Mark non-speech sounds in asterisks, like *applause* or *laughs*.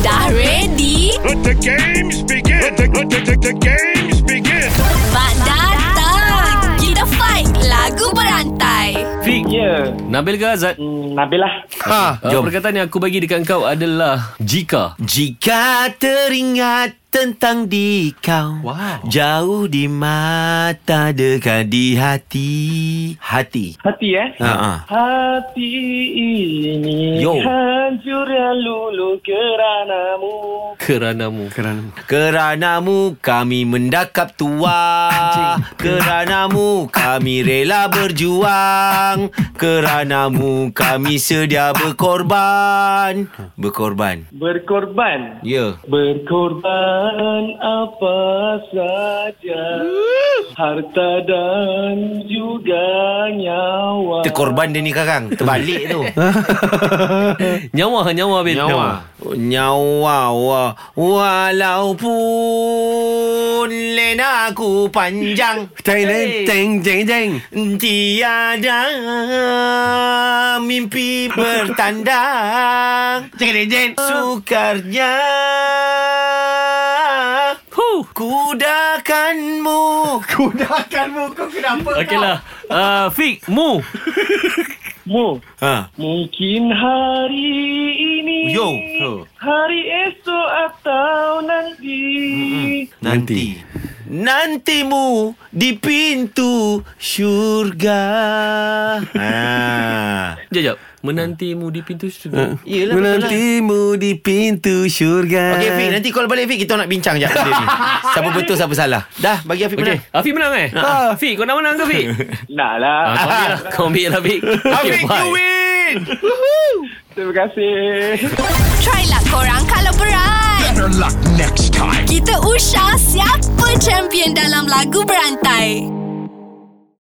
Dah ready? Let the games begin. Let the, let the, the, the games begin. Mak datang! Kita fight lagu berantai. Fik Ya, Nabil ke Azad hmm, Nabilah. Ha, uh, Perkataan yang aku bagi dekat kau adalah Jika Jika teringat tentang di kau Wow. Jauh di mata dekat di hati Hati Hati eh? Ha, ha. Hati ini Yo. hancur dan lulu keranamu. Keranamu Kerana Keranamu kami mendakap tua Keranamu kami rela berjuang Keranamu kami sedia berkorban Berkorban Berkorban. Ya Berkorban apa saja Harta dan juga nyawa Terkorban dia ni kakang Terbalik tu *laughs* Nyawa Nyawa Bil Nyawa. Nyawa wa, Walaupun Lena aku panjang Teng teng teng teng teng Tiada mimpi bertandang Sukarnya Huh. Kudakanmu Kudakanmu Kau kenapa Okeylah uh, Fik Mu Mu, ha. Mungkin hari ini Yo. Hari esok atau nanti Nanti Nantimu di pintu syurga ha. Jap Eh, jap Menantimu di pintu syurga Yelah, lah. Menantimu di pintu syurga Okay Fik nanti call balik Fik Kita nak bincang sekejap benda ni *laughs* Siapa betul siapa salah Dah bagi Afiq Okay okay. Afiq menang eh Ah. Fik kau nak menang ke Fik Nak lah Ah, Kau ambil lah Kau ambil lah Fik Okay, Afiq you bye. win Terima kasih Try lah korang kalau berat. Better luck next time. Kita usah siapa champion dalam lagu berantai.